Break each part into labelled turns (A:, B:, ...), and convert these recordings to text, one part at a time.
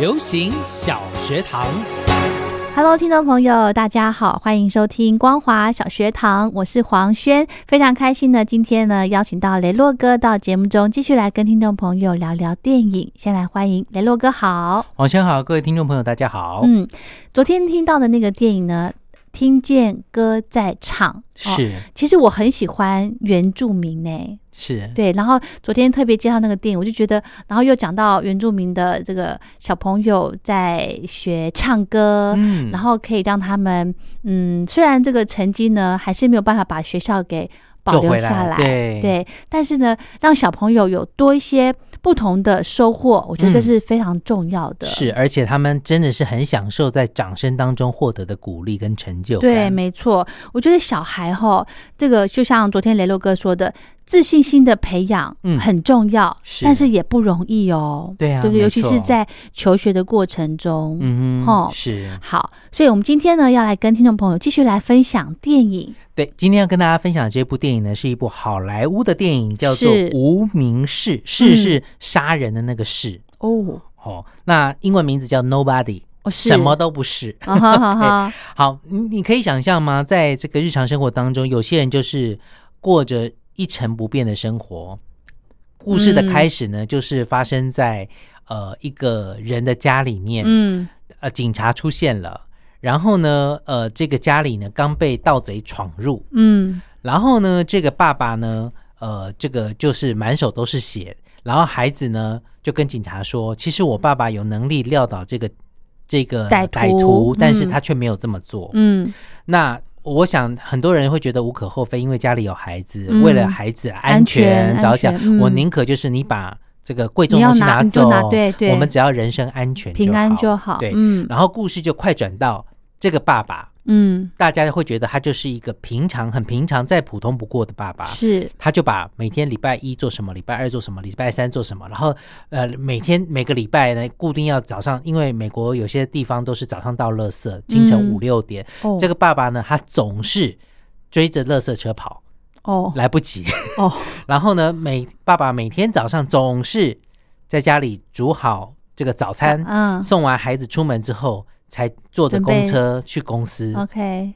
A: 流行小学堂，
B: Hello，听众朋友，大家好，欢迎收听光华小学堂，我是黄轩，非常开心呢，今天呢邀请到雷洛哥到节目中，继续来跟听众朋友聊聊电影。先来欢迎雷洛哥好，
A: 网圈哦好，各位听众朋友，大家好。
B: 嗯，昨天听到的那个电影呢，听见歌在唱，哦
A: 是
B: 其实我很喜欢原住民呢，
A: 是，
B: 对，然后昨天特别介绍那个电影，我就觉得，然后又讲到原住民的这个小朋友在学唱歌，
A: 嗯
B: 呃然后可以让他们，嗯，虽然这个成绩呢还是没有办法把学校给保
A: 救
B: 留
A: 回
B: 下
A: 来，对，
B: 但是呢，让小朋友有多一些不同的收获，我觉得这
A: 嗯
B: 是非常重要的。
A: 是，啊而且他们真的是很享受在掌声当中获得的鼓励跟成就感。
B: 对，没错，我觉得小孩哈，这个就像昨天雷洛哥说的，自信心的培养
A: 嗯
B: 很重要，
A: 是
B: 但是也不容易哦。
A: 对啊
B: 对不对？
A: 没
B: 尤其是
A: 错
B: 在求学的过程中。
A: 嗯
B: 哦
A: 哼，是
B: 好，所以我们今天呢，要来跟听众朋友继续来分享电影。
A: 对。今天要跟大家分享的这部电影呢，是一部好莱坞的电影，叫做
B: 是
A: 《无名氏》，氏
B: 嗯
A: 是杀人的那个氏。
B: 哦，
A: 哦，那英文名字叫 Nobody，
B: 我哦是
A: 什么？都不是。
B: 啊哈哈 哈，
A: 好，你你可以想象吗？在这个日常生活当中，有些人就是过着一成不变的生活。故事的开始
B: 嗯
A: 呢，就是发生在呃一个人的家里面，
B: 嗯，
A: 呃，警察出现了，然后呢，呃，这个家里呢刚被盗贼闯入，
B: 嗯，
A: 然后呢，这个爸爸呢，呃，这个就是满手都是血，然后孩子呢就跟警察说，其实我爸爸有能力撂倒这个这个
B: 歹徒嗯
A: 但是他却没有这么做，
B: 嗯，
A: 那我想很多人会觉得无可厚非，因为家里有孩子，
B: 嗯
A: 为了孩子安
B: 安全
A: 着想，
B: 安全嗯
A: 我宁可就是你把这个贵重
B: 你要
A: 东西
B: 拿你
A: 走，
B: 就拿对对
A: 我们只要人身安全就好，
B: 平安就好。
A: 对，
B: 嗯
A: 然后故事就快转到这个爸爸，
B: 嗯，
A: 大家会觉得他就是一个平常、很平常、再普通不过的爸爸。
B: 是，
A: 他就把每天礼拜一做什么，礼拜二做什么，礼拜三做什么，然后呃每天每个礼拜呢固定要早上，因为美国有些地方都是早上到垃圾，清晨
B: 嗯
A: 五六点，
B: 哦，
A: 这个爸爸呢，他总是追着垃圾车跑，
B: 哦
A: 来不及。
B: 哦，
A: 然后呢，每爸爸每天早上总是在家里煮好这个早餐，
B: 嗯
A: 送完孩子出门之后，才坐着公车去公司。
B: ，OK，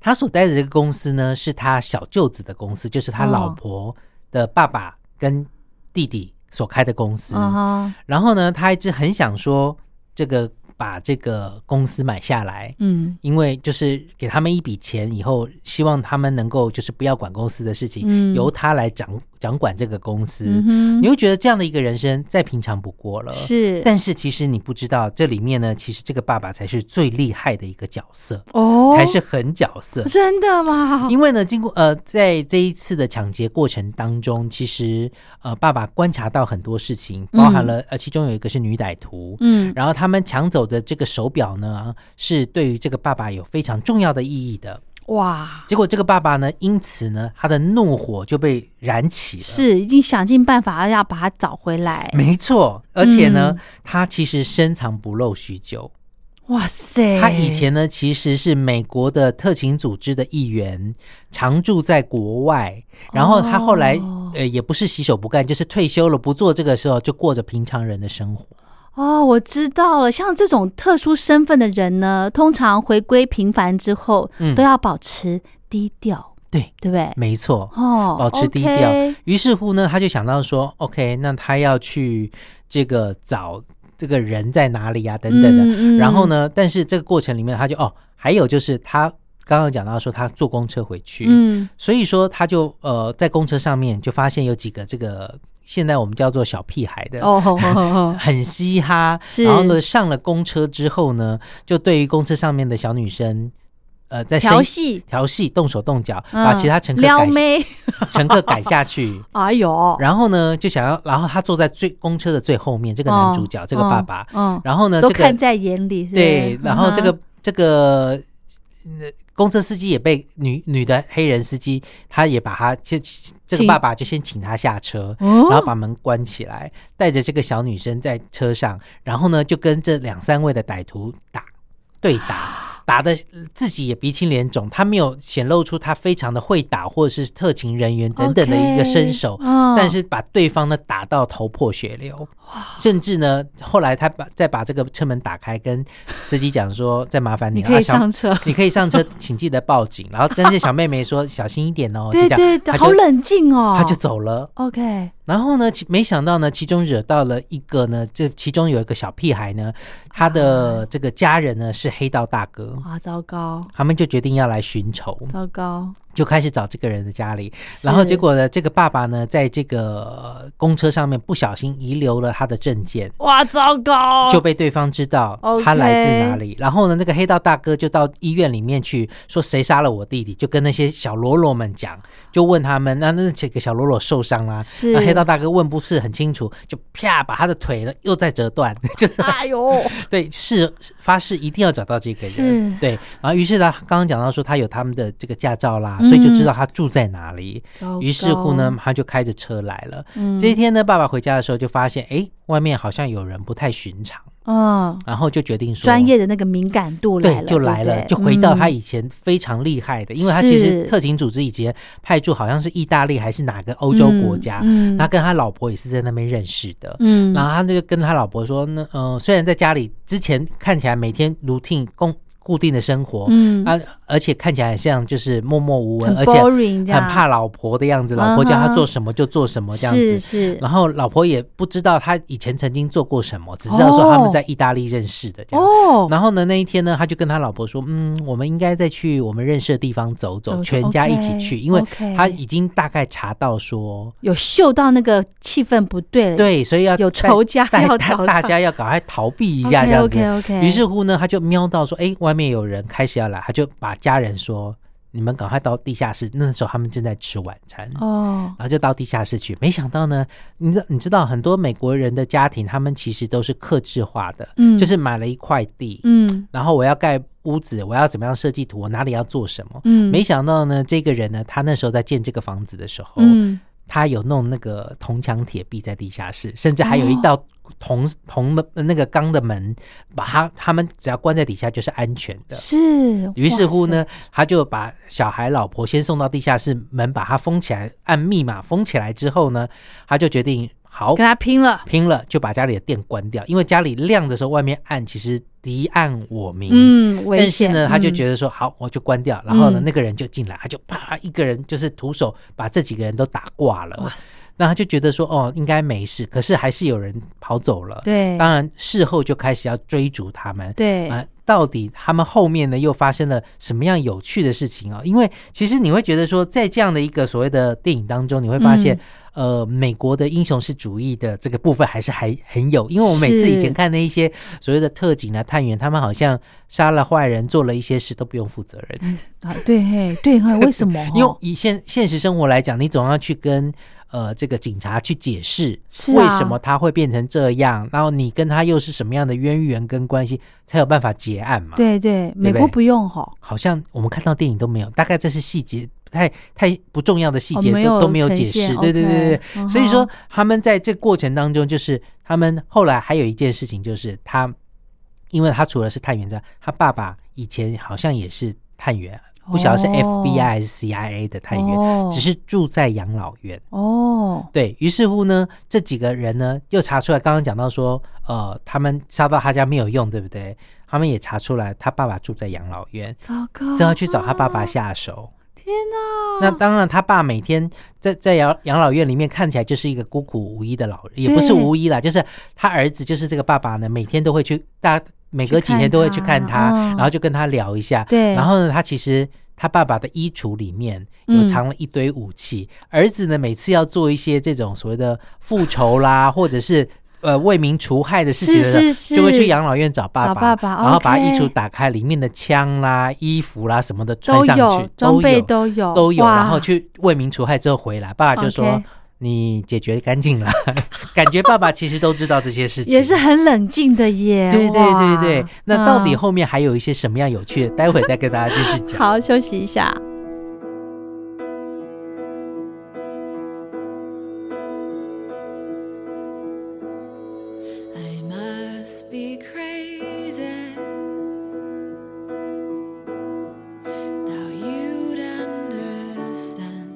A: 他所待的这个公司呢，是他小舅子的公司，就是他
B: 哦
A: 老婆的爸爸跟弟弟所开的公司。
B: 嗯哈，
A: 然后呢，他一直很想说这个把这个公司买下来，
B: 嗯
A: 因为就是给他们一笔钱以后，希望他们能够就是不要管公司的事情，
B: 嗯
A: 由他来掌掌管这个公司。
B: 嗯哼，
A: 你会觉得这样的一个人生再平常不过了。。
B: 是，
A: 但是其实你不知道，这里面呢，其实这个爸爸才是最厉害的一个角色，
B: 哦，
A: 才是狠角色。
B: 真的吗？
A: 因为呢，经过呃，在这一次的抢劫过程当中，其实呃，爸爸观察到很多事情，包含了、呃，其中有一个是女歹徒，
B: 嗯
A: 然后他们抢走的这个手表呢，是对于这个爸爸有非常重要的意义的。
B: 哇，
A: 结果这个爸爸呢，因此呢，他的怒火就被燃起了。，
B: 是已经想尽办法要把它找回来。
A: 没错。而且呢，
B: 嗯
A: 他其实深藏不露许久。
B: 哇塞，
A: 他以前呢，其实是美国的特勤组织的一员，常驻在国外。然后他后来、
B: 哦
A: 呃，也不是洗手不干，就是退休了，不做这个时候就过着平常人的生活。
B: 哦，我知道了。像这种特殊身份的人呢，通常回归平凡之后，
A: 嗯
B: 都要保持低调，
A: 对，
B: 对不对？
A: 没错。
B: 哦，
A: 保持低
B: OK
A: 调。于是乎呢，他就想到说，OK，那他要去这个找这个人在哪里啊，等等的。
B: 嗯嗯
A: 然后呢，但是这个过程里面，他就哦，还有就是他刚刚有讲到说他坐公车回去，
B: 嗯
A: 所以说他就呃在公车上面就发现有几个这个现在我们叫做小屁孩的。
B: 哦吼吼吼 吼
A: 很嘻哈，
B: 是
A: 然后呢，上了公车之后呢，就对于公车上面的小女生，呃，在
B: 调
A: 生
B: 戏，
A: 调戏、动手动脚，
B: 嗯
A: 把其他乘客
B: 撩
A: 改
B: 妹，
A: 乘客改下去，
B: 哎呦，
A: 然后呢，就想要，然后他坐在最公车的最后面，这个男主角，这个爸爸，
B: 嗯，
A: 然后呢，
B: 嗯，
A: 这
B: 都
A: 个
B: 看在眼里，是嗯不是
A: 对，然后这个、这个。呃公车司机也被女女的黑人司机，他也把他就这个
B: 请
A: 爸爸就先请他下车，
B: 嗯哼
A: 然后
B: 哦，
A: 把门关起来，带着这个小女生在车上，然后呢就跟这两三位的歹徒打对 打，打的自己也鼻青脸肿，他没有显露出他非常的会打或者是特勤人员等等的一个身手
B: OK，嗯
A: 但是把对方呢打到头破血流，甚至呢后来他把再把这个车门打开，跟司机讲说再麻烦
B: 你
A: 你
B: 可以
A: 啊小
B: 上车，
A: 你可以上车，请记得报警，然后跟这小妹妹说小心一点哦，就 这
B: 对
A: 样，
B: 对对，
A: 他就
B: 好冷静哦，
A: 他就走了。
B: OK，
A: 然后呢，其没想到呢，其中惹到了一个呢，这其中有一个小屁孩呢，他的
B: 啊
A: 这个家人呢是黑道大哥，
B: 哇，糟糕
A: 他们就决定要来寻仇，
B: 糟糕，
A: 就开始找这个人的家里。 然后
B: 是
A: 结果呢，这个爸爸呢，在这个呃公车上面不小心遗留了他的证件。
B: 哇，糟糕，
A: 就被对方知道
B: 哦 OK
A: 他来自哪里然后呢，那个黑道大哥就到医院里面去说谁杀了我弟弟，就跟那些小喽啰们讲，就问他们，那那几个小喽啰受伤啦、
B: 是
A: 那黑道大哥问不是很清楚，就啪把他的腿呢 又再折断，就是
B: 哎呦，
A: 对是发誓一定要找到这个人
B: 是，
A: 对。然后于是呢，刚刚讲到说他有他们的这个驾照啦，
B: 嗯
A: 所以就知道他住在哪里。
B: 糟
A: 于是乎呢
B: 糕，，
A: 他就开着车来了。
B: 嗯
A: 这一天呢，爸爸回家的时候就发现，哎，外面好像有人不太寻常，
B: 嗯，
A: 然后就决定说
B: 专。业的那个敏感度来
A: 对，
B: 了，
A: 就
B: 对
A: 来
B: 不
A: 了，
B: 对
A: 就回到他
B: 嗯
A: 以前非常厉害的，因为他其
B: 是
A: 实特勤组织以前派驻好像是意大利还是哪个欧洲国家，
B: 嗯嗯
A: 他跟他老婆也是在那边认识的。
B: 嗯，
A: 然后他就跟他老婆说：“那呃，虽然在家里之前看起来每天 routine 共固定的生活，
B: 嗯
A: 啊，而且看起来很像就是默默无闻，
B: 很
A: 而且很
B: boring，这样
A: 怕老婆的样子，
B: 嗯
A: 老婆叫他
B: 哼
A: 做什么就做什么这样
B: 是
A: 子。
B: 是
A: 然后老婆也不知道他以前曾经做过什么，只知道说他们在意大利认识的这样。
B: 哦，
A: 然后呢，那一天呢，他就跟他老婆说：“嗯，我们应该再去我们认识的地方走走，
B: 走
A: 全家一起去，
B: OK，
A: 因为
B: OK
A: 他已经大概查到说，
B: 有嗅到那个气氛不对了，
A: 对，所以要
B: 有
A: 带
B: 仇家
A: 带
B: 要
A: 大
B: 找
A: 大
B: 上
A: 家要赶快逃避一下这样子。
B: OK OK，
A: 于是乎呢，他就瞄到说，哎，外面有人开始要来，他就把家人说，你们赶快到地下室。那时候他们正在吃晚餐。
B: 哦，
A: 然后就到地下室去，没想到呢，你知你知道很多美国人的家庭，他们其实都是克制化的，
B: 嗯
A: 就是买了一块地，
B: 嗯
A: 然后我要盖屋子，我要怎么样设计图，我哪里要做什么。
B: 嗯，
A: 没想到呢，这个人呢，他那时候在建这个房子的时候，
B: 嗯
A: 他有弄那个铜墙铁壁在地下室，甚至还有一道
B: 哦
A: 铜铜门那个钢的门，把他他们只要关在底下就是安全的。
B: 是，
A: 于是乎
B: 哇
A: 呢，他就把小孩、老婆先送到地下室，门把它封起来，按密码封起来之后呢，他就决定好
B: 塞，跟他拼了，
A: 拼了，就把家里的电关掉，因为家里亮的时候外面暗，其实敌暗我明。
B: 嗯，危
A: 但是
B: 险
A: 呢，他就
B: 嗯
A: 觉得说、好，我就关掉。然后呢，
B: 嗯
A: 那个人就进来，他就啪一个人就是徒手把这几个人都打挂了
B: 哇。塞
A: 那他就觉得说哦，应该没事，可是还是有人跑走了。
B: 对
A: 当然事后就开始要追逐他们。
B: 对
A: 啊、到底他们后面呢又发生了什么样有趣的事情啊、因为其实你会觉得说，在这样的一个所谓的电影当中，你会发
B: 嗯
A: 现，呃，美国的英雄式主义的这个部分还是还很有，因为我每次以
B: 是
A: 前看那一些所谓的特警啊、探员，他们好像杀了坏人，做了一些事都不用负责任。
B: 啊对嘿对嘿，为什么
A: 因为
B: 哦？
A: 以现现实生活来讲，你总要去跟呃这个警察去解释
B: 是啊
A: 为什么他会变成这样，然后你跟他又是什么样的渊源跟关系，才有办法结案嘛。，
B: 对对，美
A: 对不
B: 国
A: 对
B: 不用吼，
A: 好像我们看到电影都没有，大概这是细节不太太不重要的细节
B: 哦
A: 都、
B: 没有
A: 都没有
B: 呈
A: 解
B: 现
A: 释。对对对
B: OK，
A: 对，
B: 嗯
A: 所以
B: 哼
A: 说他们在这过程当中，就是他们后来还有一件事情，就是他因为他除了是探员之外，他爸爸以前好像也是探员。不晓得是
B: 哦
A: FBI 还是 CIA 的探员，
B: 哦
A: 只是住在养老院。
B: 哦，
A: 对于是乎呢，这几个人呢又查出来，刚刚讲到说，呃，他们杀到他家没有用，对不对？他们也查出来他爸爸住在养老院，
B: 糟糕，
A: 正要去找他爸爸下手。
B: 天哪，
A: 那当然，他爸每天在在养养老院里面看起来就是一个孤苦无依的老人，也不是无依啦，就是他儿子，就是这个爸爸呢，每天都会去大每隔几天都会去看他，
B: 去看他哦
A: 然后就跟他聊一下。
B: 对
A: 然后呢，他其实他爸爸的衣橱里面有
B: 嗯
A: 藏了一堆武器，儿子呢每次要做一些这种所谓的复仇 啦，或者是。呃，为民除害的事情的时候，
B: 是是是
A: 就会去养老院找爸爸，
B: 找爸爸
A: 然后把
B: OK
A: 衣橱打开，里面的枪啦、衣服啦什么的穿
B: 都
A: 上
B: 有
A: 去，
B: 装备
A: 有
B: 都有
A: 都有，
B: 哇
A: 然后去为民除害之后回来，爸爸就说
B: OK
A: 你解决干净了。 感觉爸爸其实都知道这些事情，
B: 也是很冷静的耶。
A: 对对
B: 哇
A: 对对。那到底
B: 嗯
A: 后面还有一些什么样有趣的？待会再跟大家继续讲。
B: 好，休息一下。
C: I must be crazy. Thou you'd understand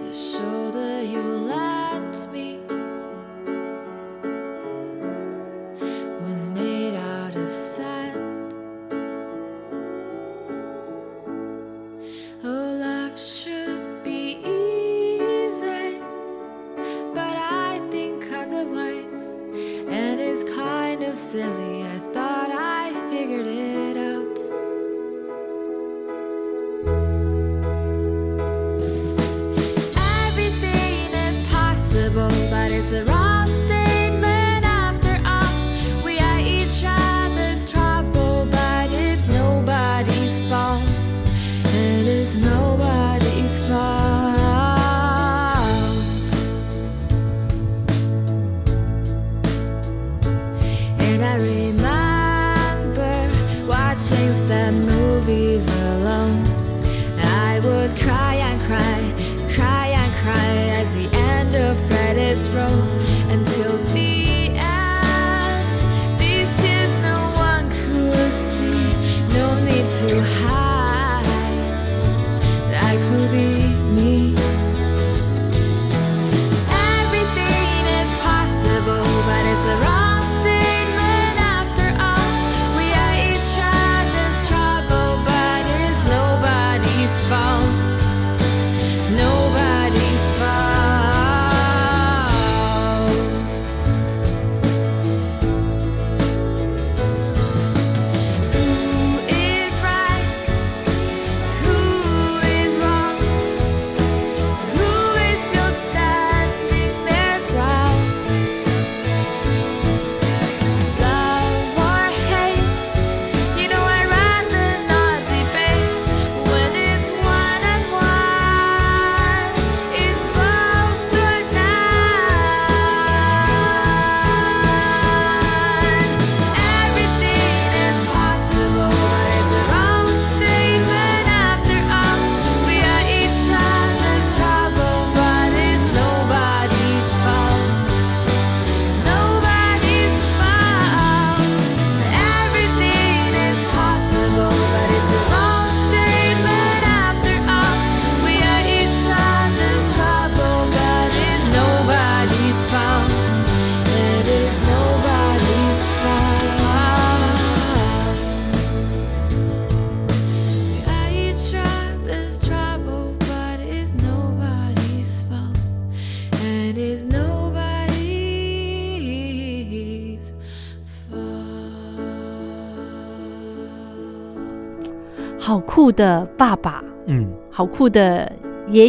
C: the shoulder you lent me was made out of sand. Oh, love should be easy but I think otherwise. And it's kind of silly, I thought I figured it out. Everything is possible, but it's a wrong statement after all. We are each other's trouble, but it's nobody's fault. And it's nobody's fault. And I remember watching sad movies alone. I would cry and cry, cry and cry as the end of credits roll until the end. These tears no one could see, no need to hide. I could be me. Everything is possible, but it's a wrong statement after all. We are each other's trouble, but it's nobody's fault. Nobody's fault. Who is right? Who is wrong? Who is still standing their ground? Love or hate, you know I'd rather not debate. When it's one and one, it's both good Everything is possible, but it's a wrong statement after all. We are each other's trouble, but it's nobody's fault. Nobody's fault. Everything is possible, but it's a wrong statement after all. We are each other's trouble, but it's nobody's fault. It is nobody's fault. We are each other's trouble, but it's nobody's fault. And it's nobody's fault.
B: 嗯好酷的爸爸，
A: 嗯，
B: 好酷的 爷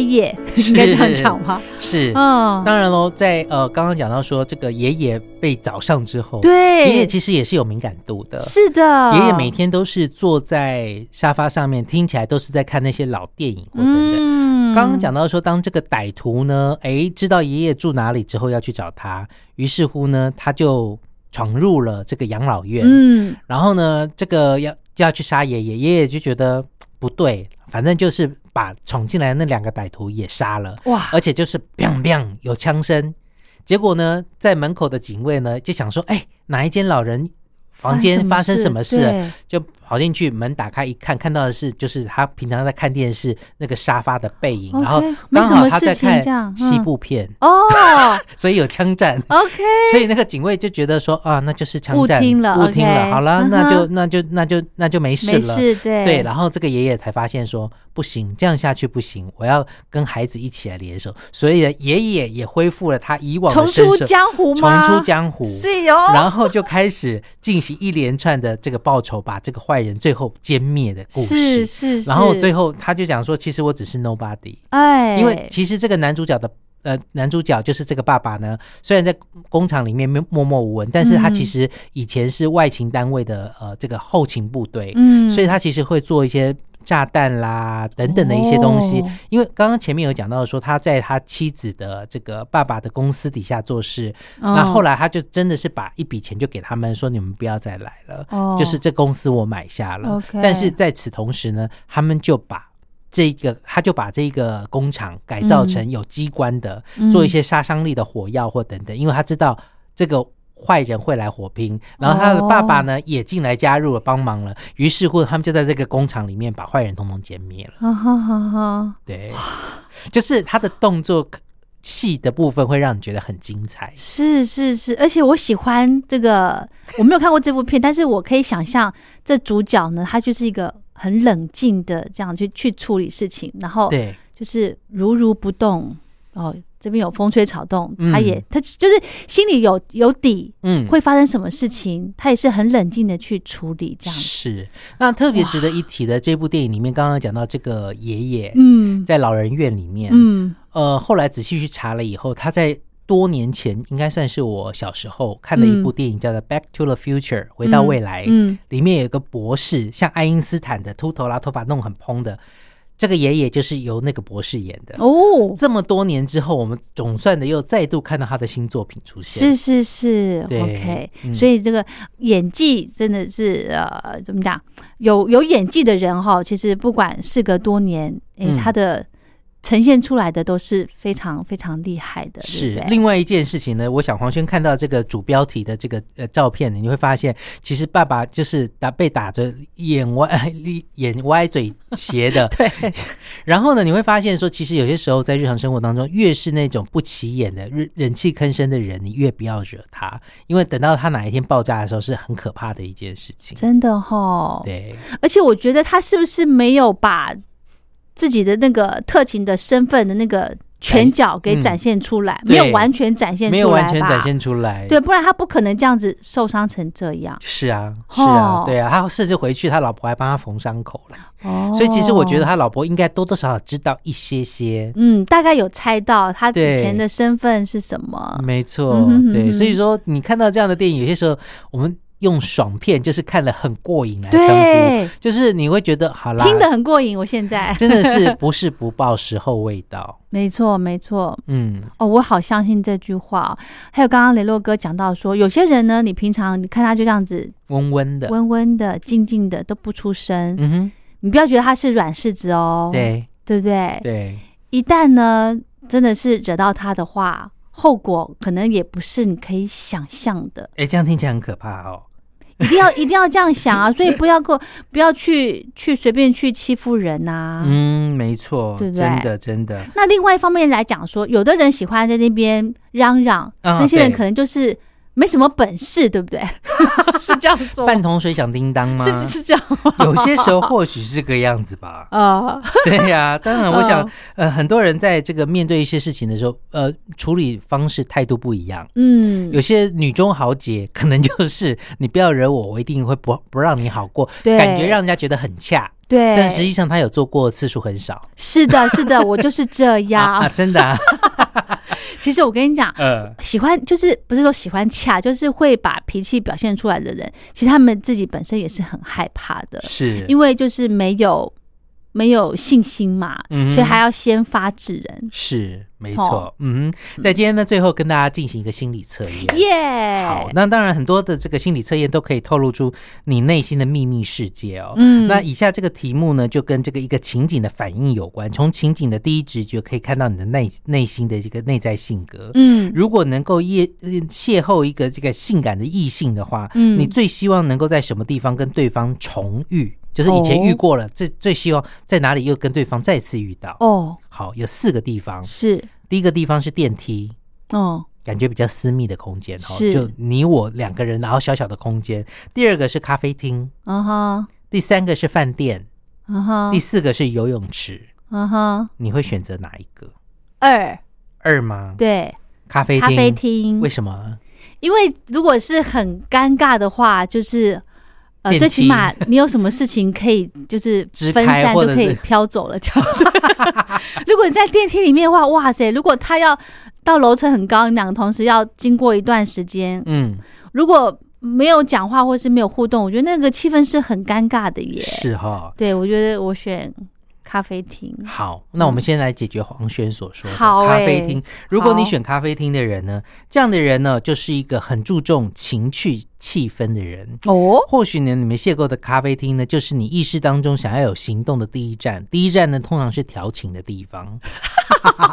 B: 爷，应该这样讲吗？
A: 是。
B: 嗯，
A: 当然喽，在呃刚刚讲到说这个爷爷被找上之后，，
B: 对，
A: 爷爷其实也是有敏感度的。
B: 是的，
A: 爷爷每天都是坐在沙发上面，听起来都是在看那些老电影或等等。
B: 嗯
A: 刚刚讲到说，当这个歹徒呢，诶，知道爷爷住哪里之后要去找他，于是乎呢，他就闯入了这个养老院，
B: 嗯，
A: 然后呢，这个要就要去杀爷爷，爷爷就觉得嘖不对，反正就是把闯进来的那两个歹徒也杀了，
B: 哇，
A: 而且就是“ biang biang” 有枪声，结果呢，在门口的警卫呢就想说，哎，哪一间老人房间发生什么事了？
B: 对
A: 就跑进去，门打开一看，看到的是就是他平常在看电视那个沙发的背影，然后
B: OK，没
A: 刚
B: 什
A: 好
B: 么
A: 他
B: 事
A: 在
B: 情这样
A: 看西
B: 嗯
A: 部片，
B: 哦
A: 所以有枪战。
B: ，OK，
A: 所以那个警卫就觉得说啊，那就是枪
B: 误
A: 战，
B: 听了
A: 误听了，
B: OK，
A: 好了，
B: 嗯哼
A: 那就那就那就那就没事
B: 没
A: 了。
B: 事，对
A: 对，然后这个爷爷才发现说不行，这样下去不行，我要跟孩子一起来联手。所以爷爷也恢复了他以往
B: 重
A: 的身
B: 出
A: 手，
B: 江湖
A: 重
B: 吗？
A: 出江湖，
B: 是哦，
A: 然后就开始进行一连串的这个报仇，把这个坏人最后歼灭的故
B: 是
A: 事。
B: 是，
A: 然后
B: 是
A: 最后他就讲说，其实我只是 nobody，
B: 哎，
A: 因为其实这个男主角的呃男主角就是这个爸爸呢，虽然在工厂里面默默默无闻，但是他
B: 嗯
A: 其实以前是外勤单位的呃这个后勤部队，
B: 嗯，
A: 所以他其实会做一些炸弹啦等等的一些东西。
B: 哦
A: 因为刚刚前面有讲到说，他在他妻子的这个爸爸的公司底下做事，那、
B: 哦
A: 后来他就真的是把一笔钱就给他们说，你们不要再来了，
B: 哦
A: 就是这公司我买下了。
B: OK
A: 但是在此同时呢，他们就把。这个，他就把这个工厂改造成有机关的，
B: 嗯
A: 做一些杀伤力的火药或等等，因为他知道这个坏人会来火
B: 哦
A: 拼，然后他的爸爸呢、也进来加入了帮忙了，于是乎他们就在这个工厂里面把坏人统统歼灭了。
B: 哈哈哈哈，
A: 对，就是他的动作戏的部分会让你觉得很精彩。
B: 是是是，而且我喜欢这个，我没有看过这部片，但是我可以想象这主角呢，他就是一个很冷静的这样去去处理事情，然后
A: 对，
B: 就是如如不动。哦，这边有风吹草动，
A: 嗯
B: 他也他就是心里有有底，
A: 嗯，
B: 会发生什么事情，他也是很冷静的去处理这样。
A: 是。那特别值得一提的，这部电影里面刚刚讲到这个爷爷
B: 嗯
A: 在老人院里面，
B: 嗯，
A: 呃，后来仔细去查了以后，他在多年前应该算是我小时候看的一部电影，叫做《Back to the Future》回到未来。
B: 嗯
A: 里面有一个博士，像爱因斯坦的秃头啦，头发弄很蓬的，这个爷爷就是由那个博士演的。
B: 哦，
A: 这么多年之后，我们总算的又再度看到他的新作品出现。
B: 是是是
A: 对
B: ，OK，、
A: 嗯
B: 所以这个演技真的是呃，怎么讲？有有演技的人哈，其实不管事隔多年，诶、
A: 嗯
B: 他的呈现出来的都是非常非常厉害的，对不对，
A: 另外一件事情呢，我想黄轩看到这个主标题的这个呃照片呢，你会发现，其实爸爸就是打被打着眼歪 眼歪嘴斜的
B: 对，
A: 然后呢，你会发现说，其实有些时候在日常生活当中，越是那种不起眼的、忍忍气吭声的人，你越不要惹他，因为等到他哪一天爆炸的时候，是很可怕的一件事情。
B: 真的哦哈。
A: 对，
B: 而且我觉得他是不是没有把自己的那个特勤的身份的那个拳脚给
A: 嗯
B: 展现出来，
A: 对
B: 没有完全展现出来吧，
A: 没有完全展现出来。
B: 对，，不然他不可能这样子受伤成这样。
A: 是啊，是啊
B: 哦，
A: 对啊，他甚至回去，他老婆还帮他缝伤口了。
B: 哦，
A: 所以其实我觉得他老婆应该多多少少知道一些些。
B: 嗯，大概有猜到他以
A: 对
B: 前的身份是什么。
A: 没错，
B: 嗯哼嗯
A: 对，
B: 哼
A: 所以说你看到这样的电影，有些时候我们用爽片就是看了很过瘾来称呼，
B: 对，
A: 就是你会觉得好啦，
B: 听得很过瘾。我现在
A: 真的是不是不报时候未到。
B: 没错，没错。
A: 嗯，
B: 哦，我好相信这句话哦、还有刚刚雷洛哥讲到说，有些人呢，你平常你看他就这样子
A: 温温的，
B: 温温的、静静的，都不出声。
A: 嗯哼，
B: 你不要觉得他是软柿子哦，哎
A: 对
B: 对不对？
A: 对，
B: 一旦呢，真的是惹到他的话，后果可能也不是你可以想象的。
A: 哎，这样听起来很可怕哦。
B: 一定要一定要这样想啊！所以不要够，不要去去随便去欺负人呐、
A: 嗯，没错，
B: 啊对不对
A: 真的真的，
B: 那另外一方面来讲说，有的人喜欢在那边嚷嚷，
A: 啊
B: 那些人
A: 对啊
B: 可能就是没什么本事，对不对？ 是这样说
A: 半桶水响叮当吗？
B: 是是这样吗。。
A: 有些时候或许是这个样子吧啊
B: 呃，
A: 对呀、当然，
B: 嗯
A: 我想，呃，很多人在这个面对一些事情的时候，呃，处理方式态度不一样。
B: 嗯，
A: 有些女中豪杰可能就是你不要惹我，我一定会不不让你好过，
B: 对
A: 感觉让人家觉得很恰，
B: 对，
A: 但实际上他有做过的次数很少。
B: 是的，是 的，我就是这
A: 啊啊，
B: 样。
A: 真的、 啊，
B: 其实我跟你讲，
A: 呃，
B: 喜欢就是不是说喜欢恰，就是会把脾气表现出来的人，其实他们自己本身也是很害怕的。
A: 是，
B: 因为就是没有没有信心嘛，
A: 嗯哼
B: 所以还要先发制人。
A: 是没
B: 好
A: 错，嗯哼，在今天呢，最后跟大家进行一个心理测验。
B: 耶、
A: 好，那当然很多的这个心理测验都可以透露出你内心的秘密世界哦。
B: 嗯
A: 那以下这个题目呢，就跟这个一个情景的反应有关。从情景的第一直觉可以看到你的内内心的这个内在性格。
B: 嗯
A: 如果能够夜呃邂逅一个这个性感的异性的话，
B: 嗯
A: 你最希望能够在什么地方跟对方重遇？就是以
B: 哦
A: 前遇过了，最最希望在哪里又跟对方再次遇到？
B: 哦，
A: 好，有四个地方。
B: 是
A: 第一个地方是电梯，
B: 哦，
A: 感觉比较私密的空间哦，
B: 是
A: 就你我两个人，然后小小的空间。第二个是咖啡厅，
B: 啊哈
A: 第三个是饭店，
B: 啊哈
A: 第四个是游泳池。
B: 啊哈
A: 你会选择哪一个？
B: 二
A: 二吗？
B: 对
A: 咖啡
B: 咖
A: 厅。
B: 啡厅
A: 为，什么？
B: 因为如果是很尴尬的话，就是。呃，
A: 电梯
B: 最起码你有什么事情可以就是
A: 支
B: 分
A: 开
B: 散
A: 或
B: 就
A: 者
B: 可以
A: 是
B: 飘走了，这样。 如果你在电梯里面的话，哇塞！如果他要到楼层很高，你们两个同时要经过一段时间，
A: 嗯，
B: 如果没有讲话或是没有互动，我觉得那个气氛是很尴尬的耶。
A: 是哈、
B: 对，我觉得我选咖啡厅。
A: 好，那我们先来解决黄轩所说的
B: 好
A: 咖
B: 欸
A: 啡厅。如果你
B: 好
A: 选咖啡厅的人呢，这样的人呢，就是一个很注重情趣气氛的人。
B: 哦，
A: 或许呢，你们邂逅的咖啡厅呢，就是你意识当中想要有行动的第一站。第一站呢，通常是调情的地方。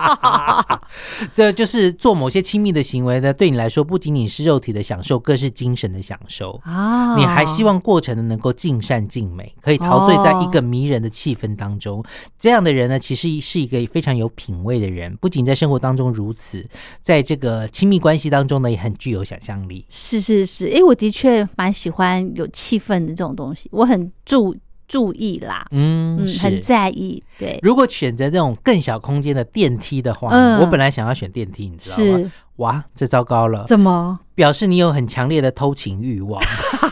A: 对，就是做某些亲密的行为呢，对你来说不仅仅是肉体的享受，更是精神的享受。
B: 啊，
A: 你还希望过程呢能够尽善尽美，可以陶醉在一个迷人的气氛当中。这样的人呢，其实是一个非常有品味的人，不仅在生活当中如此，在这个亲密关系当中呢，也很具有想象力。
B: 是是是，因为我的确蛮喜欢有气氛的这种东西，我很注注意啦，
A: 嗯，
B: 嗯，很
A: 是。
B: 在意，对，
A: 如果选择这种更小空间的电梯的话呢，
B: 嗯
A: 我本来想要选电梯，你知道吗
B: 是？
A: 哇，这糟糕了，
B: 怎么？
A: 表示你有很强烈的偷情欲望，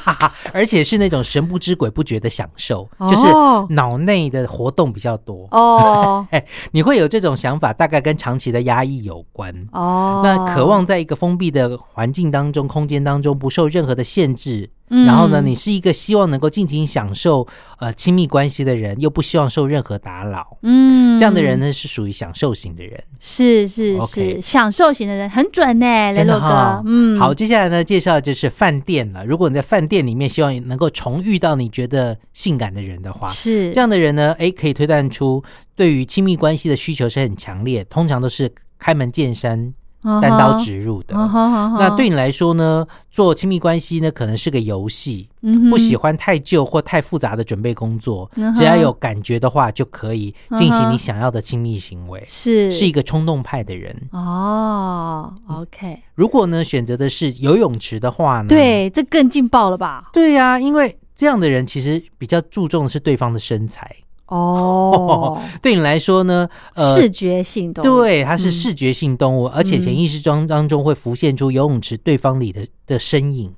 A: 而且是那种神不知鬼不觉的享受，
B: 哦
A: 就是脑内的活动比较多。
B: 哦
A: 你会有这种想法，大概跟长期的压抑有关。
B: 哦，
A: 那渴望在一个封闭的环境当中、空间当中不受任何的限制，
B: 嗯
A: 然后呢，你是一个希望能够尽情享受呃亲密关系的人，又不希望受任何打扰。
B: 嗯，
A: 这样的人呢是属于享受型的人，
B: 是是是
A: OK
B: 享受型的人，很准呢、雷
A: 真
B: 洛
A: 的
B: 哎哥，
A: 哈、
B: 嗯，
A: 好，，接下来呢介绍的就是饭店了。如果你在饭店里面希望能够重遇到你觉得性感的人的话，
B: 是
A: 这样的人呢，诶，可以推断出对于亲密关系的需求是很强烈，通常都是开门见山、
B: 单
A: 单刀直入的。
B: 啊哈啊哈
A: 那对你来说呢，做亲密关系呢，可能是个游戏，
B: 嗯哼
A: 不喜欢太旧或太复杂的准备工作，
B: 嗯哼
A: 只要有感觉的话，就可以进
B: 嗯
A: 行
B: 哼
A: 你想要的亲密行为。
B: 是
A: 是一个嗯冲动派的人。
B: 哦，OK，
A: 如果呢，选择的是游泳池的话呢，
B: 对，这更劲爆了吧？
A: 对呀、因为这样的人其实比较注重的是对方的身材。
B: 哦，
A: 对你来说呢， 呃，
B: 视觉性动物，
A: 对，它是
B: 嗯
A: 视觉性动物，而且潜意识中当中会浮现出游泳池对方里的的身 影。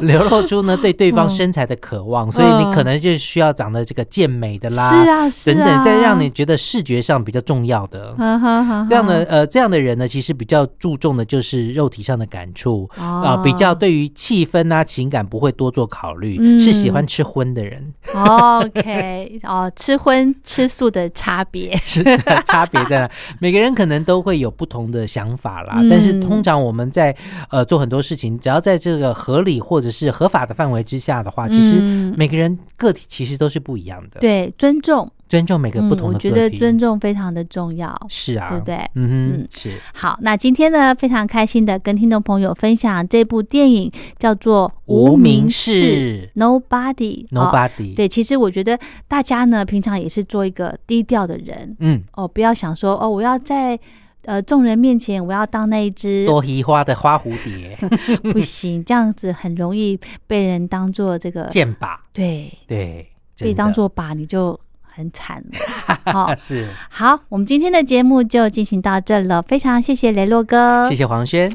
A: 流露出呢对对方身材的渴望，所以你可能就是需要长得这个健美的啦，
B: 嗯是啊，是啊，
A: 等等，再让你觉得视觉上比较重要的。
B: 哈哈哈哈
A: 这样的呃，这样的人呢，其实比较注重的就是肉体上的感触
B: 哦
A: 啊、比较对于气氛啊、情感不会多做考虑，
B: 嗯
A: 是喜欢吃荤的人，
B: 哦 OK 哦，吃荤吃素的差别
A: 吃的差别在哪？每个人可能都会有不同的想法啦，
B: 嗯
A: 但是通常我们在呃做很多事情，只要在这个合理或者是合法的范围之下的话，其实
B: 嗯
A: 每个人个体其实都是不一样的，
B: 对尊重，
A: 尊重每个
B: 嗯
A: 不同
B: 我
A: 的个体。
B: 觉得尊重非常的重要。
A: 是啊，
B: 对不对
A: 嗯哼，
B: 嗯
A: 是。
B: 好，那今天呢，非常开心的跟听众朋友分享这部电影，叫做《
A: 无名
B: 氏
A: 氏
B: Nobody》哦
A: Nobody，、
B: 对，其实我觉得大家呢，平常也是做一个低调的人
A: 嗯，
B: 哦，不要想说哦，我要在呃众人面前，我要当那一只
A: 多奇花的花蝴 蝶，
B: 不行，这样子很容易被人当做这个
A: 剑靶，
B: 对，
A: 对，真
B: 被
A: 的
B: 当做靶你就很惨了。好、
A: 是，
B: 好，我们今天的节目就进行到这了，非常谢谢雷洛哥，
A: 谢谢黄轩。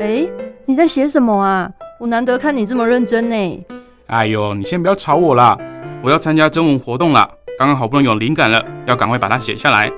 D: 哎，你在写什么啊？我难得看你这么认真呢。
E: 哎呦，你先不要吵我啦，我要参加征文活动啦，刚刚好不容易有灵感了，要赶快把它写下来。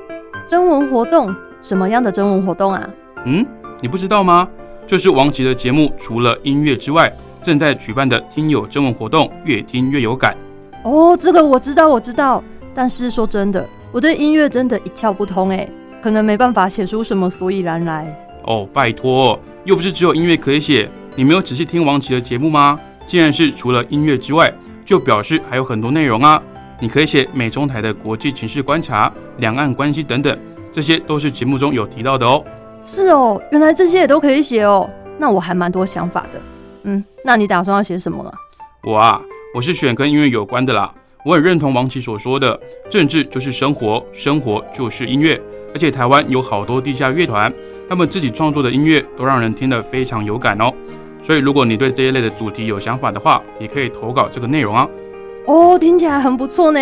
D: 征文活动，什么样的征文活动啊？
E: 嗯，你不知道吗？就是王琦的节目，除了音乐之外，正在举办的听友征文活动，越听越有感。
D: 哦，这个我知道，我知道。但是说真的，我对音乐真的一窍不通哎，可能没办法写出什么所以然来。
E: 哦，拜托，又不是只有音乐可以写，你没有仔细听王琦的节目吗？既然是除了音乐之外，就表示还有很多内容啊。你可以写美中台的国际情势观察、两岸关系等等，这些都是节目中有提到的哦。
D: 是哦，原来这些也都可以写哦。那我还蛮多想法的。嗯，那你打算要写什么了？
E: 我啊，我是选跟音乐有关的啦。我很认同王琦所说的，政治就是生活，生活就是音乐。而且台湾有好多地下乐团，他们自己创作的音乐都让人听得非常有感哦。所以如果你对这一类的主题有想法的话，也可以投稿这个内容啊。
D: 哦，听起来很不错呢。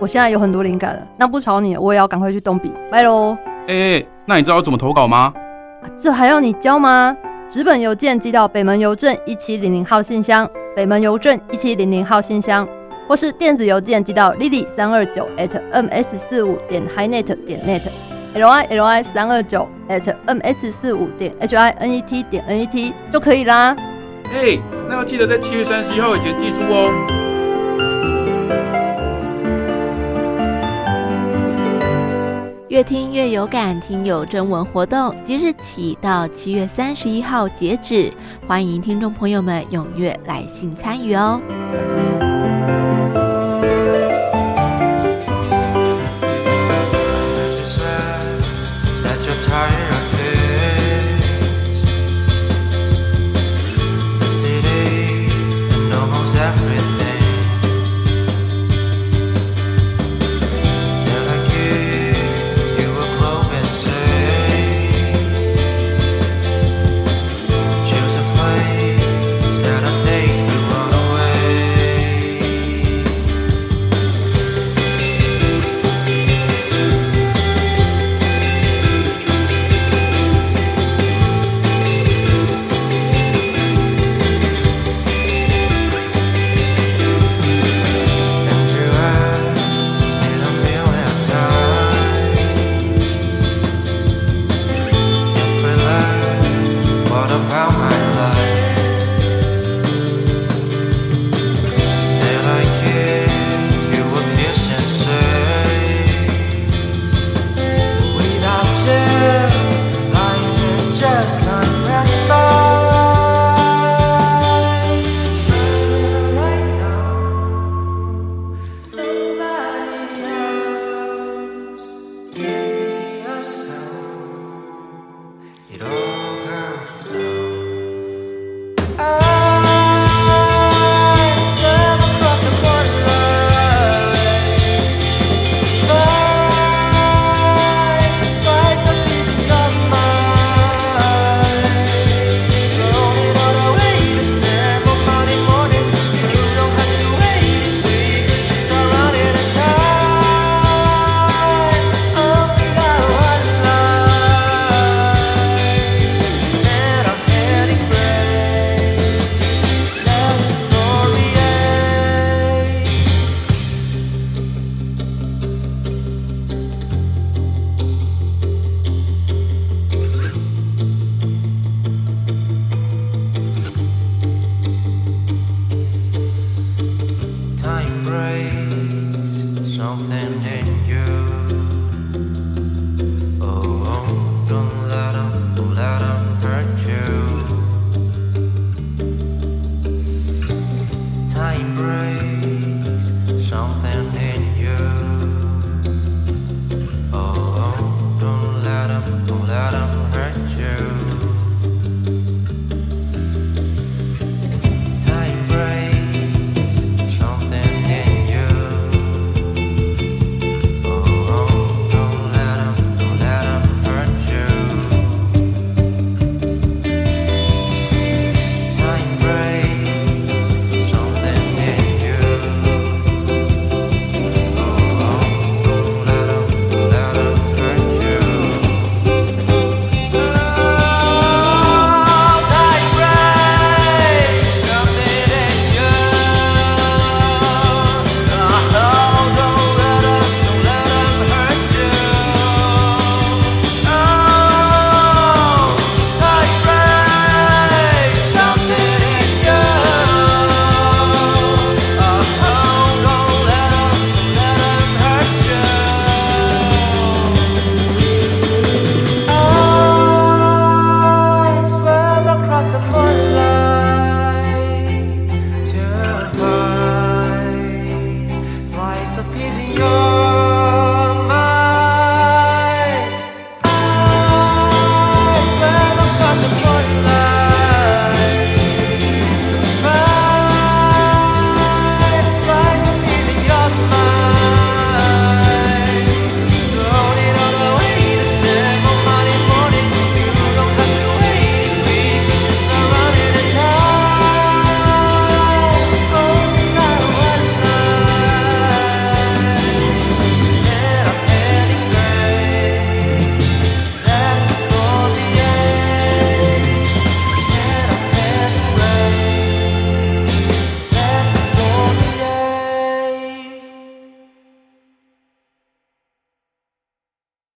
D: 我现在有很多灵感了。那不吵你，我也要赶快去动笔。拜喽、
E: 哎，那你知道怎么投稿吗？
D: 啊这还要你教吗？纸本邮件寄到北门邮政一七零零号信箱，北门邮政一七零零号信箱，或是电子邮件寄到 lily 三二九 at ms 四五点 hinet E 点 net。l i l i 三二九 at m s 四五点 h i n e t 点 n e t 就可以啦。
E: 哎，那要记得在七月三十一号以前寄出哦。
F: 越听越有感，听友征文活动即日起到七月三十一号截止，欢迎听众朋友们踊跃来信参与哦。
G: That you said that you're tired of this. The city and almost everything. Then I give you a globe and say, choose a place that I take to run away. And to ask it a million times If we left, what about my
A: Oh, Oh,
G: Oh, Oh,